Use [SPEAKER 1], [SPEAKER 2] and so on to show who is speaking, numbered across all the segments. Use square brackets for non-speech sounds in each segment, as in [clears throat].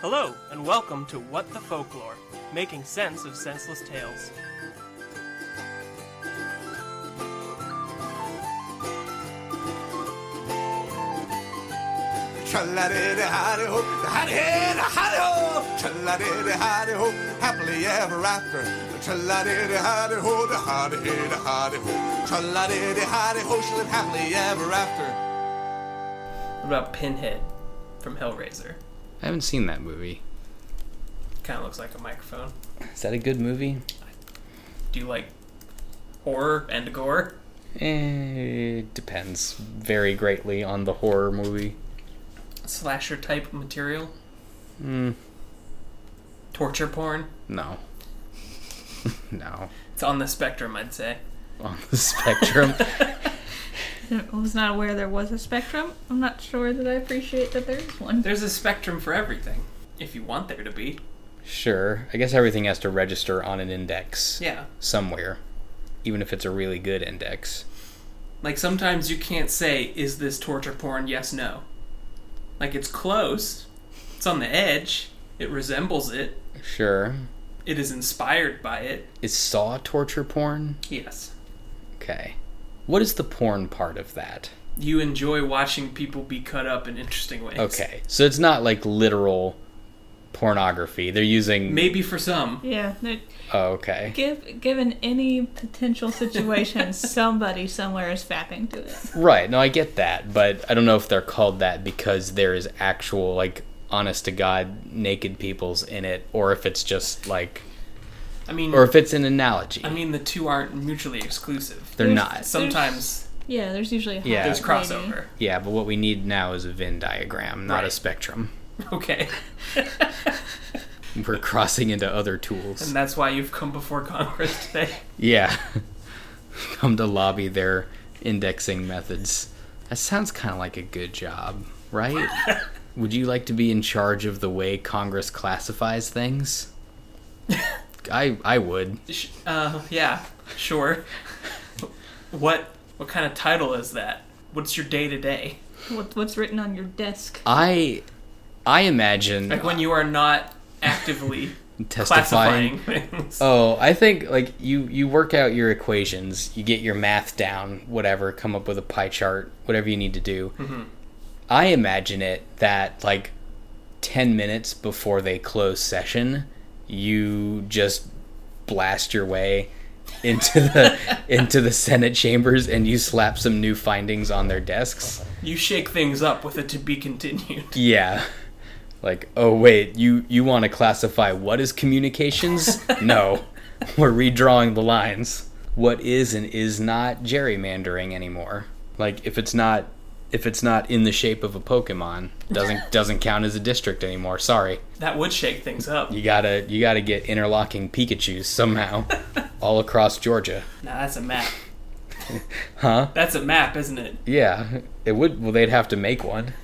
[SPEAKER 1] Hello, and welcome to What the Folklore, making sense of senseless tales.
[SPEAKER 2] Tra-la-di-di-hi-di-ho, hi-di-hi-di-hi-di-ho. Tra-la-di-di-hi-di-ho, happily ever after. Tra-la-di-di-hi-di-ho, hi-di-hi-di-ho. Tra-la-di-di-hi-di-ho, she lived happily ever after.
[SPEAKER 1] What about Pinhead from Hellraiser?
[SPEAKER 3] I haven't seen that movie.
[SPEAKER 1] Kind of looks like a microphone.
[SPEAKER 3] Is that a good movie?
[SPEAKER 1] Do you like horror and gore?
[SPEAKER 3] Eh, it depends very greatly on the horror movie.
[SPEAKER 1] Slasher type material? Torture porn?
[SPEAKER 3] No. [laughs] no.
[SPEAKER 1] It's on the spectrum, I'd say.
[SPEAKER 3] On the [laughs] spectrum.
[SPEAKER 4] I was not aware there was a spectrum. I'm not sure that I appreciate that there is one.
[SPEAKER 1] There's a spectrum for everything, if you want there to be.
[SPEAKER 3] sure. I guess everything has to register on an index
[SPEAKER 1] Yeah.
[SPEAKER 3] somewhere, even if it's a really good index.
[SPEAKER 1] Like sometimes you can't say, is this torture porn? Yes, no. Like it's close, it's on the edge, it resembles it,
[SPEAKER 3] Sure.
[SPEAKER 1] it is inspired by it.
[SPEAKER 3] Is Saw torture porn?
[SPEAKER 1] Yes.
[SPEAKER 3] Okay. What is the porn part of that?
[SPEAKER 1] You enjoy watching people be cut up in interesting ways.
[SPEAKER 3] Okay. So it's not like literal pornography. They're using.
[SPEAKER 1] Maybe for some.
[SPEAKER 4] Yeah, no-
[SPEAKER 3] Oh, okay.
[SPEAKER 4] give given any potential [laughs] situation, somebody somewhere is fapping to it.
[SPEAKER 3] Right. No, I get that, but I don't know if they're called that because there is actual like honest to god naked peoples in it or if it's just like
[SPEAKER 1] I mean,
[SPEAKER 3] or if it's an analogy.
[SPEAKER 1] I mean the two aren't mutually exclusive.
[SPEAKER 3] they're
[SPEAKER 4] There's-
[SPEAKER 3] not.
[SPEAKER 1] Sometimes
[SPEAKER 4] Yeah, there's usually a hot
[SPEAKER 3] Yeah.
[SPEAKER 1] there's
[SPEAKER 4] lady.
[SPEAKER 1] crossover. [laughs]
[SPEAKER 3] Yeah, but what we need now is a Venn diagram, not a
[SPEAKER 1] Right.
[SPEAKER 3] spectrum.
[SPEAKER 1] Okay.
[SPEAKER 3] We're crossing into other
[SPEAKER 1] And
[SPEAKER 3] tools.
[SPEAKER 1] that's why you've come before Congress today.
[SPEAKER 3] Yeah. [laughs] Come to lobby their indexing methods. That sounds kind of like a good job, right?
[SPEAKER 1] [laughs]
[SPEAKER 3] Would you like to be in charge of the way Congress classifies things?
[SPEAKER 1] [laughs]
[SPEAKER 3] I I would.
[SPEAKER 1] Sh- Uh, yeah, sure. What what kind of title is that? What's your day to day?
[SPEAKER 4] What, what's written on your desk?
[SPEAKER 3] I I imagine
[SPEAKER 1] Like when you are not actively
[SPEAKER 3] [laughs] testifying.
[SPEAKER 1] classifying things.
[SPEAKER 3] Oh, I think like you you work out your equations, you get your math down, whatever, come up with a pie chart, whatever you need to do.
[SPEAKER 1] Mm-hmm.
[SPEAKER 3] I imagine it that like 10 minutes before they close session, you just blast your way into the [laughs] into the Senate chambers and you slap some new findings on their desks.
[SPEAKER 1] You shake things up with a to be continued.
[SPEAKER 3] Yeah. Like, oh wait, you you want to classify what is communications? no. We're redrawing the lines. What is and is not gerrymandering anymore? Like if it's not if it's not in the shape of a Pokemon, doesn't doesn't count as a district anymore. Sorry.
[SPEAKER 1] That would shake things up.
[SPEAKER 3] You got to you got to get interlocking Pikachu's somehow all across Georgia.
[SPEAKER 1] Nah, that's a map.
[SPEAKER 3] Huh?
[SPEAKER 1] That's a map, isn't it?
[SPEAKER 3] Yeah, it would. Well, they'd have to make one.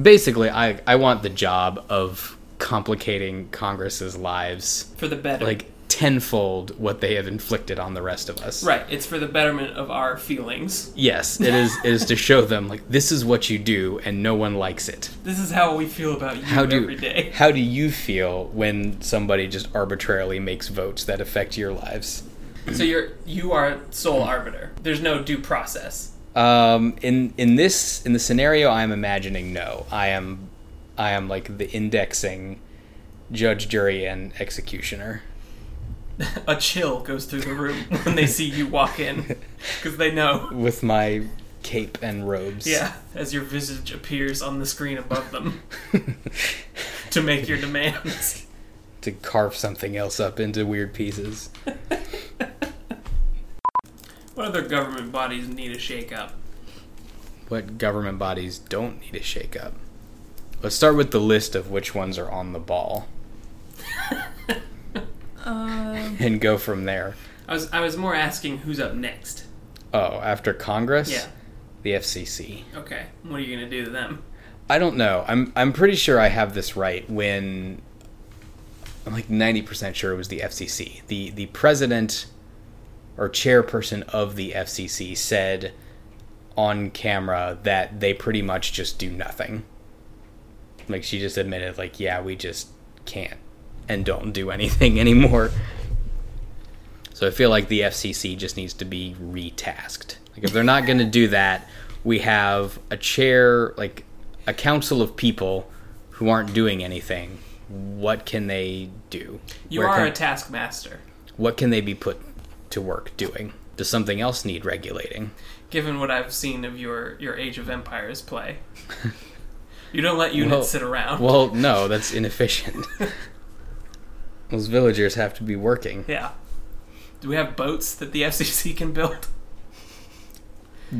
[SPEAKER 3] Basically, I I want the job of complicating Congress's lives
[SPEAKER 1] For the better.
[SPEAKER 3] like tenfold what they have inflicted on the rest of us.
[SPEAKER 1] right, it's for the betterment of our feelings.
[SPEAKER 3] Yes, it is. It is to show them like this is what you do, and no one likes it.
[SPEAKER 1] This is how we feel about you
[SPEAKER 3] How do
[SPEAKER 1] every
[SPEAKER 3] [laughs]
[SPEAKER 1] day.
[SPEAKER 3] how do you feel when somebody just arbitrarily makes votes that affect your lives?
[SPEAKER 1] So you're you are sole arbiter. There's no due process. [laughs]
[SPEAKER 3] Um, in in this in the scenario I'm imagining, no, I am, I am like the indexing judge, jury, and executioner.
[SPEAKER 1] A chill goes through the room [laughs] when they see you walk in because they know.
[SPEAKER 3] with my cape and robes. [laughs]
[SPEAKER 1] Yeah, as your visage appears on the screen above them [laughs] to make your demands. [laughs]
[SPEAKER 3] to carve something else up into weird pieces.
[SPEAKER 1] What other government bodies need a shake up?
[SPEAKER 3] What government bodies don't need a shake up? Let's start with the list of which ones are on
[SPEAKER 1] [laughs]
[SPEAKER 3] the ball
[SPEAKER 4] Um,
[SPEAKER 3] and go from there.
[SPEAKER 1] I was I was more asking who's up next.
[SPEAKER 3] Oh, after Congress,
[SPEAKER 1] Yeah.
[SPEAKER 3] the FCC.
[SPEAKER 1] Okay. What are you gonna do to them?
[SPEAKER 3] I don't know. I'm I'm pretty sure I have this right when I'm like 90% sure it was the FCC. The the president or chairperson of the FCC said on camera that they pretty much just do nothing. Like she just admitted, like, yeah, we just can't and don't do anything [laughs] anymore. So I feel like the FCC just needs to be retasked. Like if they're not going to do that, we have a chair, like a council of people who aren't doing anything. What can they do?
[SPEAKER 1] You
[SPEAKER 3] Where
[SPEAKER 1] are
[SPEAKER 3] can-
[SPEAKER 1] a taskmaster.
[SPEAKER 3] what can they be put to work doing? Does something else need regulating?
[SPEAKER 1] Given what I've seen of your your Age of Empires
[SPEAKER 3] [laughs]
[SPEAKER 1] play, you don't let units
[SPEAKER 3] Well-
[SPEAKER 1] sit around.
[SPEAKER 3] Well, no, that's inefficient. [laughs] Those villagers have to be working.
[SPEAKER 1] yeah. Do we have boats that the [laughs] FCC can build?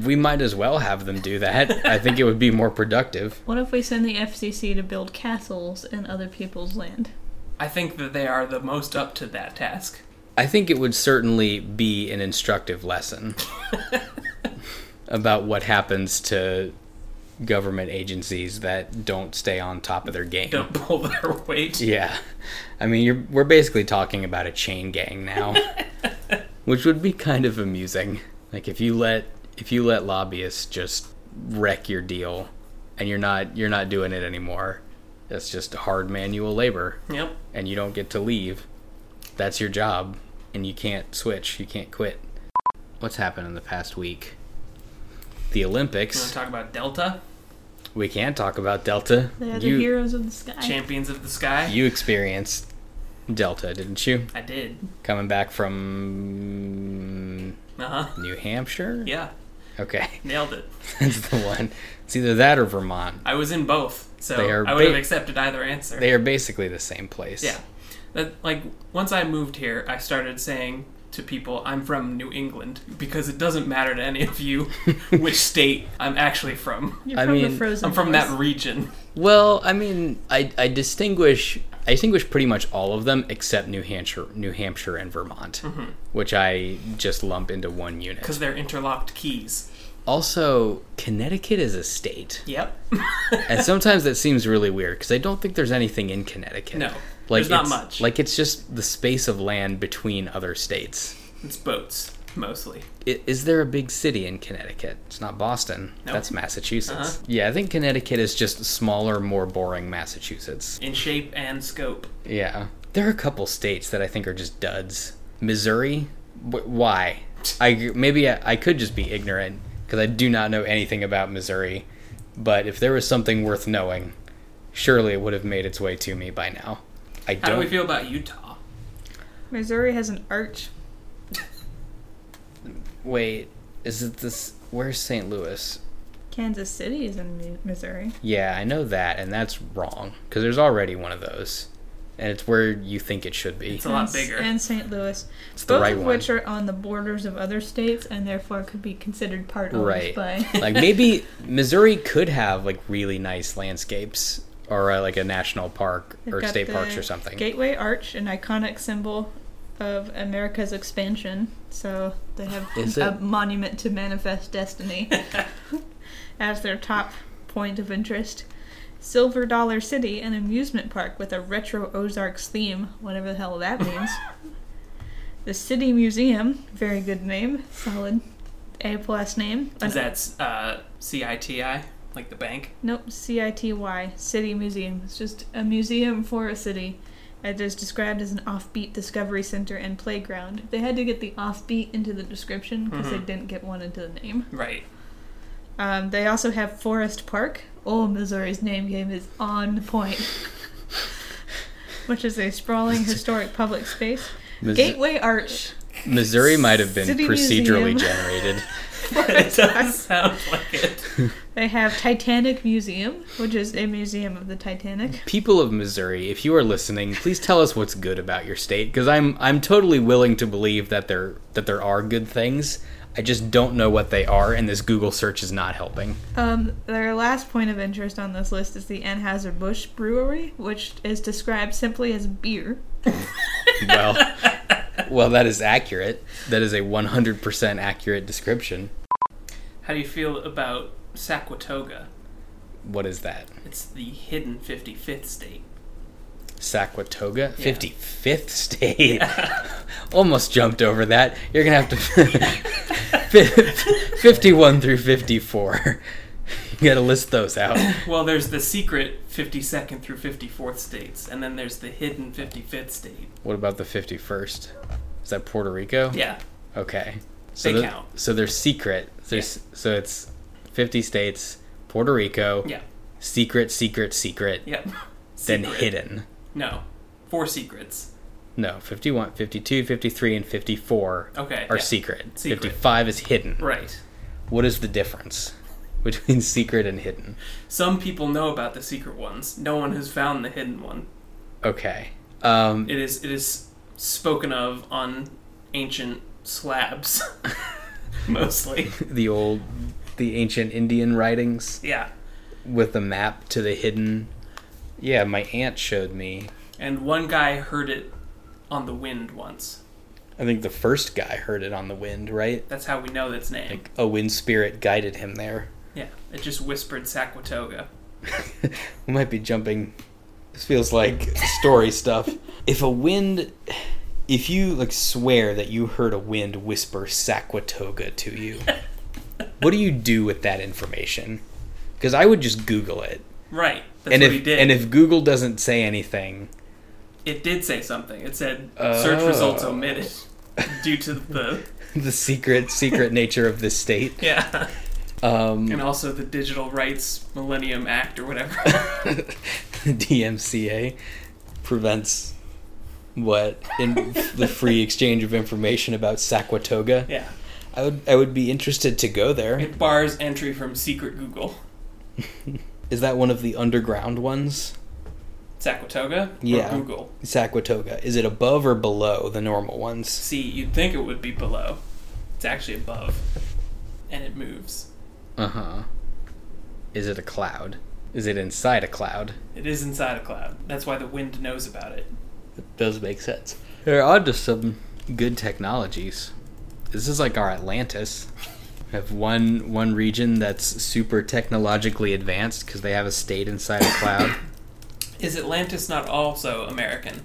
[SPEAKER 3] We might as well have them do that. I think it would be more productive.
[SPEAKER 4] What if we send the FCC to build castles in other people's land?
[SPEAKER 1] I think that they are the most up to that task.
[SPEAKER 3] I think it would certainly be an instructive lesson about what happens to government agencies that don't stay on top of their game.
[SPEAKER 1] Don't pull their [laughs] weight.
[SPEAKER 3] Hmm. Yeah. I mean, you're, we're basically talking about a chain gang now, which would be kind of amusing. Like if you let if you let lobbyists just wreck your deal and you're not you're not doing it anymore. That's just hard manual labor
[SPEAKER 1] Yep.
[SPEAKER 3] and you don't get to leave. That's your job and you can't switch, you can't quit. What's happened in the past week? The
[SPEAKER 1] You want to
[SPEAKER 3] Olympics.
[SPEAKER 1] talk about Delta,
[SPEAKER 3] We can talk about Delta.
[SPEAKER 4] They're the
[SPEAKER 3] You
[SPEAKER 4] heroes of the sky.
[SPEAKER 1] Champions of the Sky?
[SPEAKER 3] you experienced Delta, didn't you?
[SPEAKER 1] I did.
[SPEAKER 3] coming back from
[SPEAKER 1] Uh huh.
[SPEAKER 3] New Hampshire.
[SPEAKER 1] Yeah.
[SPEAKER 3] Okay, [laughs]
[SPEAKER 1] Nailed it.
[SPEAKER 3] that's the one. It's either that or Vermont.
[SPEAKER 1] I was in both, so
[SPEAKER 3] They are
[SPEAKER 1] I would have
[SPEAKER 3] big.
[SPEAKER 1] accepted either answer.
[SPEAKER 3] They are basically the same place.
[SPEAKER 1] Yeah. That like once I moved here, I started saying to people, "I'm from New England" because it doesn't matter to any of [laughs] you which state I'm actually from.
[SPEAKER 4] You're
[SPEAKER 3] I
[SPEAKER 4] from
[SPEAKER 3] mean,
[SPEAKER 4] the frozen.
[SPEAKER 1] I'm from
[SPEAKER 4] place.
[SPEAKER 1] that region.
[SPEAKER 3] Well, I mean, I, I distinguish I distinguish pretty much all of them except New Hampshire, New Hampshire and Vermont,
[SPEAKER 1] Mm-hmm.
[SPEAKER 3] which I just lump into one unit.
[SPEAKER 1] because they're interlocked keys.
[SPEAKER 3] Also, Connecticut is a state,
[SPEAKER 1] Yep.
[SPEAKER 3] and sometimes that seems really weird because I don't think there's anything in Connecticut.
[SPEAKER 1] No,
[SPEAKER 3] like
[SPEAKER 1] there's not
[SPEAKER 3] it's-
[SPEAKER 1] much.
[SPEAKER 3] Like it's just the space of land between other states.
[SPEAKER 1] [laughs] it's boats mostly.
[SPEAKER 3] I- is there a big city in Connecticut? It's not Boston.
[SPEAKER 1] No.
[SPEAKER 3] That's Massachusetts.
[SPEAKER 1] Uh-huh.
[SPEAKER 3] Yeah, I think Connecticut is just smaller, more boring Massachusetts.
[SPEAKER 1] In shape and scope.
[SPEAKER 3] Yeah. There are a couple states that I think are just duds. Missouri? Wh- why? I maybe I, I could just be ignorant because I do not know anything about Missouri. But if there was something worth knowing, surely it would have made its way to me by now. I
[SPEAKER 1] How
[SPEAKER 3] don't.
[SPEAKER 1] do we feel about Utah?
[SPEAKER 4] Missouri has an arch.
[SPEAKER 3] Wait, is it this? Where's St. Louis?
[SPEAKER 4] Kansas City is in Mi- Missouri.
[SPEAKER 3] Yeah, I know that, and that's wrong because there's already one of those, and it's where you think it should be.
[SPEAKER 1] It's a lot
[SPEAKER 4] And-
[SPEAKER 1] bigger.
[SPEAKER 4] And St. Louis.
[SPEAKER 3] It's the
[SPEAKER 4] Both
[SPEAKER 3] right
[SPEAKER 4] of
[SPEAKER 3] one.
[SPEAKER 4] which are on the borders of other states and therefore could be considered part owned
[SPEAKER 3] Right. [laughs]
[SPEAKER 4] by
[SPEAKER 3] Like maybe Missouri could have like really nice landscapes or uh, like a national park
[SPEAKER 4] They've
[SPEAKER 3] or
[SPEAKER 4] got
[SPEAKER 3] state
[SPEAKER 4] the
[SPEAKER 3] parks or something.
[SPEAKER 4] Gateway Arch, an iconic symbol of America's expansion, so they have
[SPEAKER 3] Is
[SPEAKER 4] a
[SPEAKER 3] it?
[SPEAKER 4] monument to manifest
[SPEAKER 3] [laughs]
[SPEAKER 4] destiny as their top point of interest. Silver Dollar City, an amusement park with a retro Ozarks theme, whatever the hell that
[SPEAKER 3] [laughs]
[SPEAKER 4] means. the City Museum, very good name, solid A plus name.
[SPEAKER 1] Is that uh, CITI, like the bank?
[SPEAKER 4] Nope, C I T Y, City Museum. It's just a museum for a city. It is described as an offbeat discovery center and playground. They had to get the offbeat into the description because they didn't get one into the name.
[SPEAKER 1] [laughs] Right.
[SPEAKER 4] Um, they also have Forest Park. Oh, Missouri's name game is on point. [laughs] Which is a sprawling historic public space.
[SPEAKER 3] Mis-
[SPEAKER 4] Gateway Arch.
[SPEAKER 3] Missouri might have been
[SPEAKER 4] City
[SPEAKER 3] procedurally
[SPEAKER 4] Museum. [laughs]
[SPEAKER 3] generated.
[SPEAKER 1] it does sound like it. [laughs]
[SPEAKER 4] They have Titanic Museum, which is a museum of the Titanic.
[SPEAKER 3] People of Missouri, if you are listening, please tell us what's good about your state because I'm I'm totally willing to believe that there that there are good things. I just don't know what they are, and this Google search is not helping.
[SPEAKER 4] Um, their last point of interest on this list is the Anheuser-Busch Brewery, which is described simply as beer.
[SPEAKER 1] [laughs]
[SPEAKER 3] well, well, that is accurate. That is a 100% accurate description.
[SPEAKER 1] How do you feel about Saquatoga?
[SPEAKER 3] What is that?
[SPEAKER 1] It's the hidden 55th state.
[SPEAKER 3] Saquatoga, 55th state. [laughs] Almost jumped over that. [laughs] You're gonna have to. 51 through 54. You got to list those out.
[SPEAKER 1] Well, there's the secret 52nd through 54th states, and then there's the hidden 55th state.
[SPEAKER 3] What about the 51st? Is that Puerto Rico?
[SPEAKER 1] Yeah.
[SPEAKER 3] Okay. So
[SPEAKER 1] They
[SPEAKER 3] the-
[SPEAKER 1] count.
[SPEAKER 3] So they're secret. There's so it's 50 states, Puerto Rico,
[SPEAKER 1] Yeah.
[SPEAKER 3] secret, secret, secret,
[SPEAKER 1] Yep.
[SPEAKER 3] then
[SPEAKER 1] Secret.
[SPEAKER 3] hidden.
[SPEAKER 1] No. Four secrets.
[SPEAKER 3] No, 51, 52, 53 and 54
[SPEAKER 1] Okay.
[SPEAKER 3] are
[SPEAKER 1] yeah.
[SPEAKER 3] secret.
[SPEAKER 1] Secret.
[SPEAKER 3] 55 is hidden.
[SPEAKER 1] Right.
[SPEAKER 3] What is the difference [laughs] between secret and hidden?
[SPEAKER 1] Some people know about the secret ones. No one has found the hidden one.
[SPEAKER 3] Okay. Um
[SPEAKER 1] It is it is spoken of on ancient slabs [laughs] mostly.
[SPEAKER 3] [laughs] the old the ancient Indian writings
[SPEAKER 1] Yeah.
[SPEAKER 3] with the map to the hidden Yeah, my aunt showed me.
[SPEAKER 1] And one guy heard it on the wind once.
[SPEAKER 3] I think the first guy heard it on the wind, right?
[SPEAKER 1] That's how we know its name.
[SPEAKER 3] Like a wind spirit guided him there.
[SPEAKER 1] yeah. It just whispered Saquatoga.
[SPEAKER 3] [laughs] We might be jumping. This feels like story stuff. If a wind, if you like swear that you heard a wind whisper Saquatoga to
[SPEAKER 1] [laughs]
[SPEAKER 3] you, what do you do with that information? Because I would just Google it,
[SPEAKER 1] Right. That's
[SPEAKER 3] and
[SPEAKER 1] what
[SPEAKER 3] if
[SPEAKER 1] he did.
[SPEAKER 3] and if Google doesn't say anything, [laughs]
[SPEAKER 1] it did say something. It said
[SPEAKER 3] Oh.
[SPEAKER 1] search results omitted [laughs] due to
[SPEAKER 3] [laughs]
[SPEAKER 1] the
[SPEAKER 3] the secret
[SPEAKER 1] [laughs]
[SPEAKER 3] secret nature of this state.
[SPEAKER 1] yeah,
[SPEAKER 3] Um,
[SPEAKER 1] and also the Digital Rights Millennium Act or whatever.
[SPEAKER 3] [laughs] DMCA prevents what
[SPEAKER 1] [laughs]
[SPEAKER 3] in the free exchange of information about Saquatoga.
[SPEAKER 1] yeah,
[SPEAKER 3] I would I would be interested to go there.
[SPEAKER 1] it bars entry from secret Google.
[SPEAKER 3] Is that one of the underground ones?
[SPEAKER 1] Saquatoga or
[SPEAKER 3] Yeah.
[SPEAKER 1] Google.
[SPEAKER 3] Saquatoga. Is it above or below the normal ones?
[SPEAKER 1] See, you'd think it would be below. It's actually above, and it moves.
[SPEAKER 3] Uh huh. Is it a cloud? Is it inside a cloud?
[SPEAKER 1] It is inside a cloud. That's why the wind knows about it.
[SPEAKER 3] It does make sense. There are just some good technologies. This is like our Atlantis. We have one one region that's super technologically advanced because they have a state inside a [coughs] cloud.
[SPEAKER 1] Is Atlantis not also American?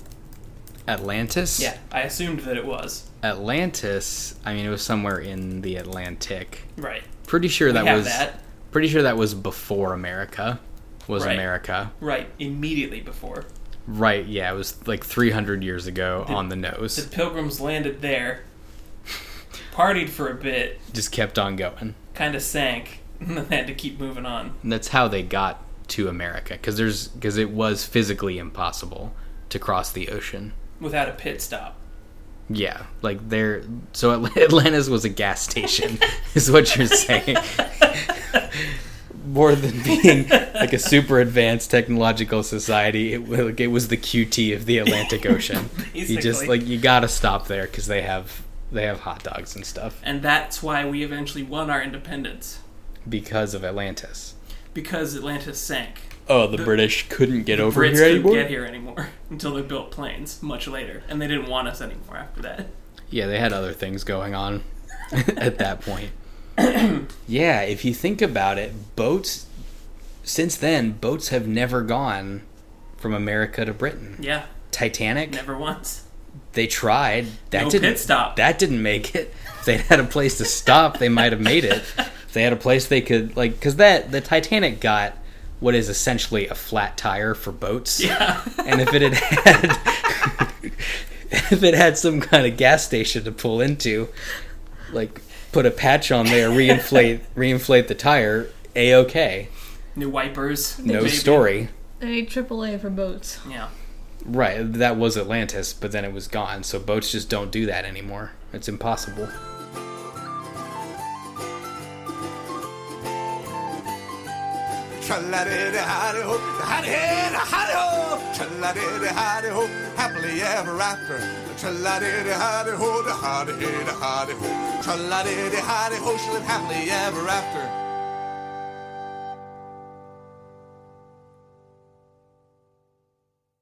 [SPEAKER 3] Atlantis.
[SPEAKER 1] Yeah, I assumed that it was.
[SPEAKER 3] Atlantis. I mean, it was somewhere in the Atlantic.
[SPEAKER 1] Right.
[SPEAKER 3] Pretty sure that
[SPEAKER 1] we have
[SPEAKER 3] was.
[SPEAKER 1] that.
[SPEAKER 3] Pretty sure that was before America. Was
[SPEAKER 1] Right.
[SPEAKER 3] America.
[SPEAKER 1] Right, immediately before.
[SPEAKER 3] Right, yeah, it was like 300 years ago on the
[SPEAKER 1] The
[SPEAKER 3] nose.
[SPEAKER 1] pilgrims landed there, partied for a bit,
[SPEAKER 3] Just kept on going.
[SPEAKER 1] kind of sank, [laughs] and then had to keep moving on.
[SPEAKER 3] And that's how they got to America because there's because it was physically impossible to cross the ocean.
[SPEAKER 1] without a pit stop.
[SPEAKER 3] Yeah, like there so Atl- [laughs] Atlantis was a gas station [laughs] is what you're saying. More than being like a super advanced technological society, it, wa- like, it was the QT of the Atlantic [laughs] Ocean. you just
[SPEAKER 1] Basically.
[SPEAKER 3] like you got to stop there cuz they have they have hot dogs and stuff
[SPEAKER 1] And that's why we eventually won our independence
[SPEAKER 3] because of Atlantis.
[SPEAKER 1] because Atlantis sank.
[SPEAKER 3] Oh, the, British couldn't get over
[SPEAKER 1] Brits
[SPEAKER 3] here
[SPEAKER 1] couldn't
[SPEAKER 3] anymore.
[SPEAKER 1] get here anymore [laughs] until they built planes much later, and they didn't want us anymore after that. [laughs]
[SPEAKER 3] Yeah, they had other things going on [laughs] at that point. [clears throat] yeah, if you think about it, boats since then boats have never gone from America to Britain.
[SPEAKER 1] Yeah,
[SPEAKER 3] Titanic,
[SPEAKER 1] never once.
[SPEAKER 3] they tried. That
[SPEAKER 1] No
[SPEAKER 3] didn't
[SPEAKER 1] pit stop.
[SPEAKER 3] That didn't make it. If they had a place to stop, they might have made it. If they had a place they could like cuz that the Titanic got what is essentially a flat tire for boats.
[SPEAKER 1] Yeah,
[SPEAKER 3] and if it had, [laughs] had if it had some kind of gas station to pull into like put a patch on
[SPEAKER 1] [laughs]
[SPEAKER 3] there reinflate reinflate the tire a-ok
[SPEAKER 1] new wipers.
[SPEAKER 3] no
[SPEAKER 1] maybe.
[SPEAKER 3] story
[SPEAKER 4] They need AAA for boats.
[SPEAKER 1] Yeah,
[SPEAKER 3] right that was atlantis but then it was gone so boats just don't do that anymore it's impossible
[SPEAKER 2] Tra-la-di-di-hi-di-ho, hi-di-hi-di-hi-di-ho. Tra-la-di-di-hi-di-ho, happily ever after. Tra-la-di-di-hi-di-ho, da-hi-di-hi-di-hi-di-ho. Tra-la-di-di-hi-di-ho, she lived happily ever after.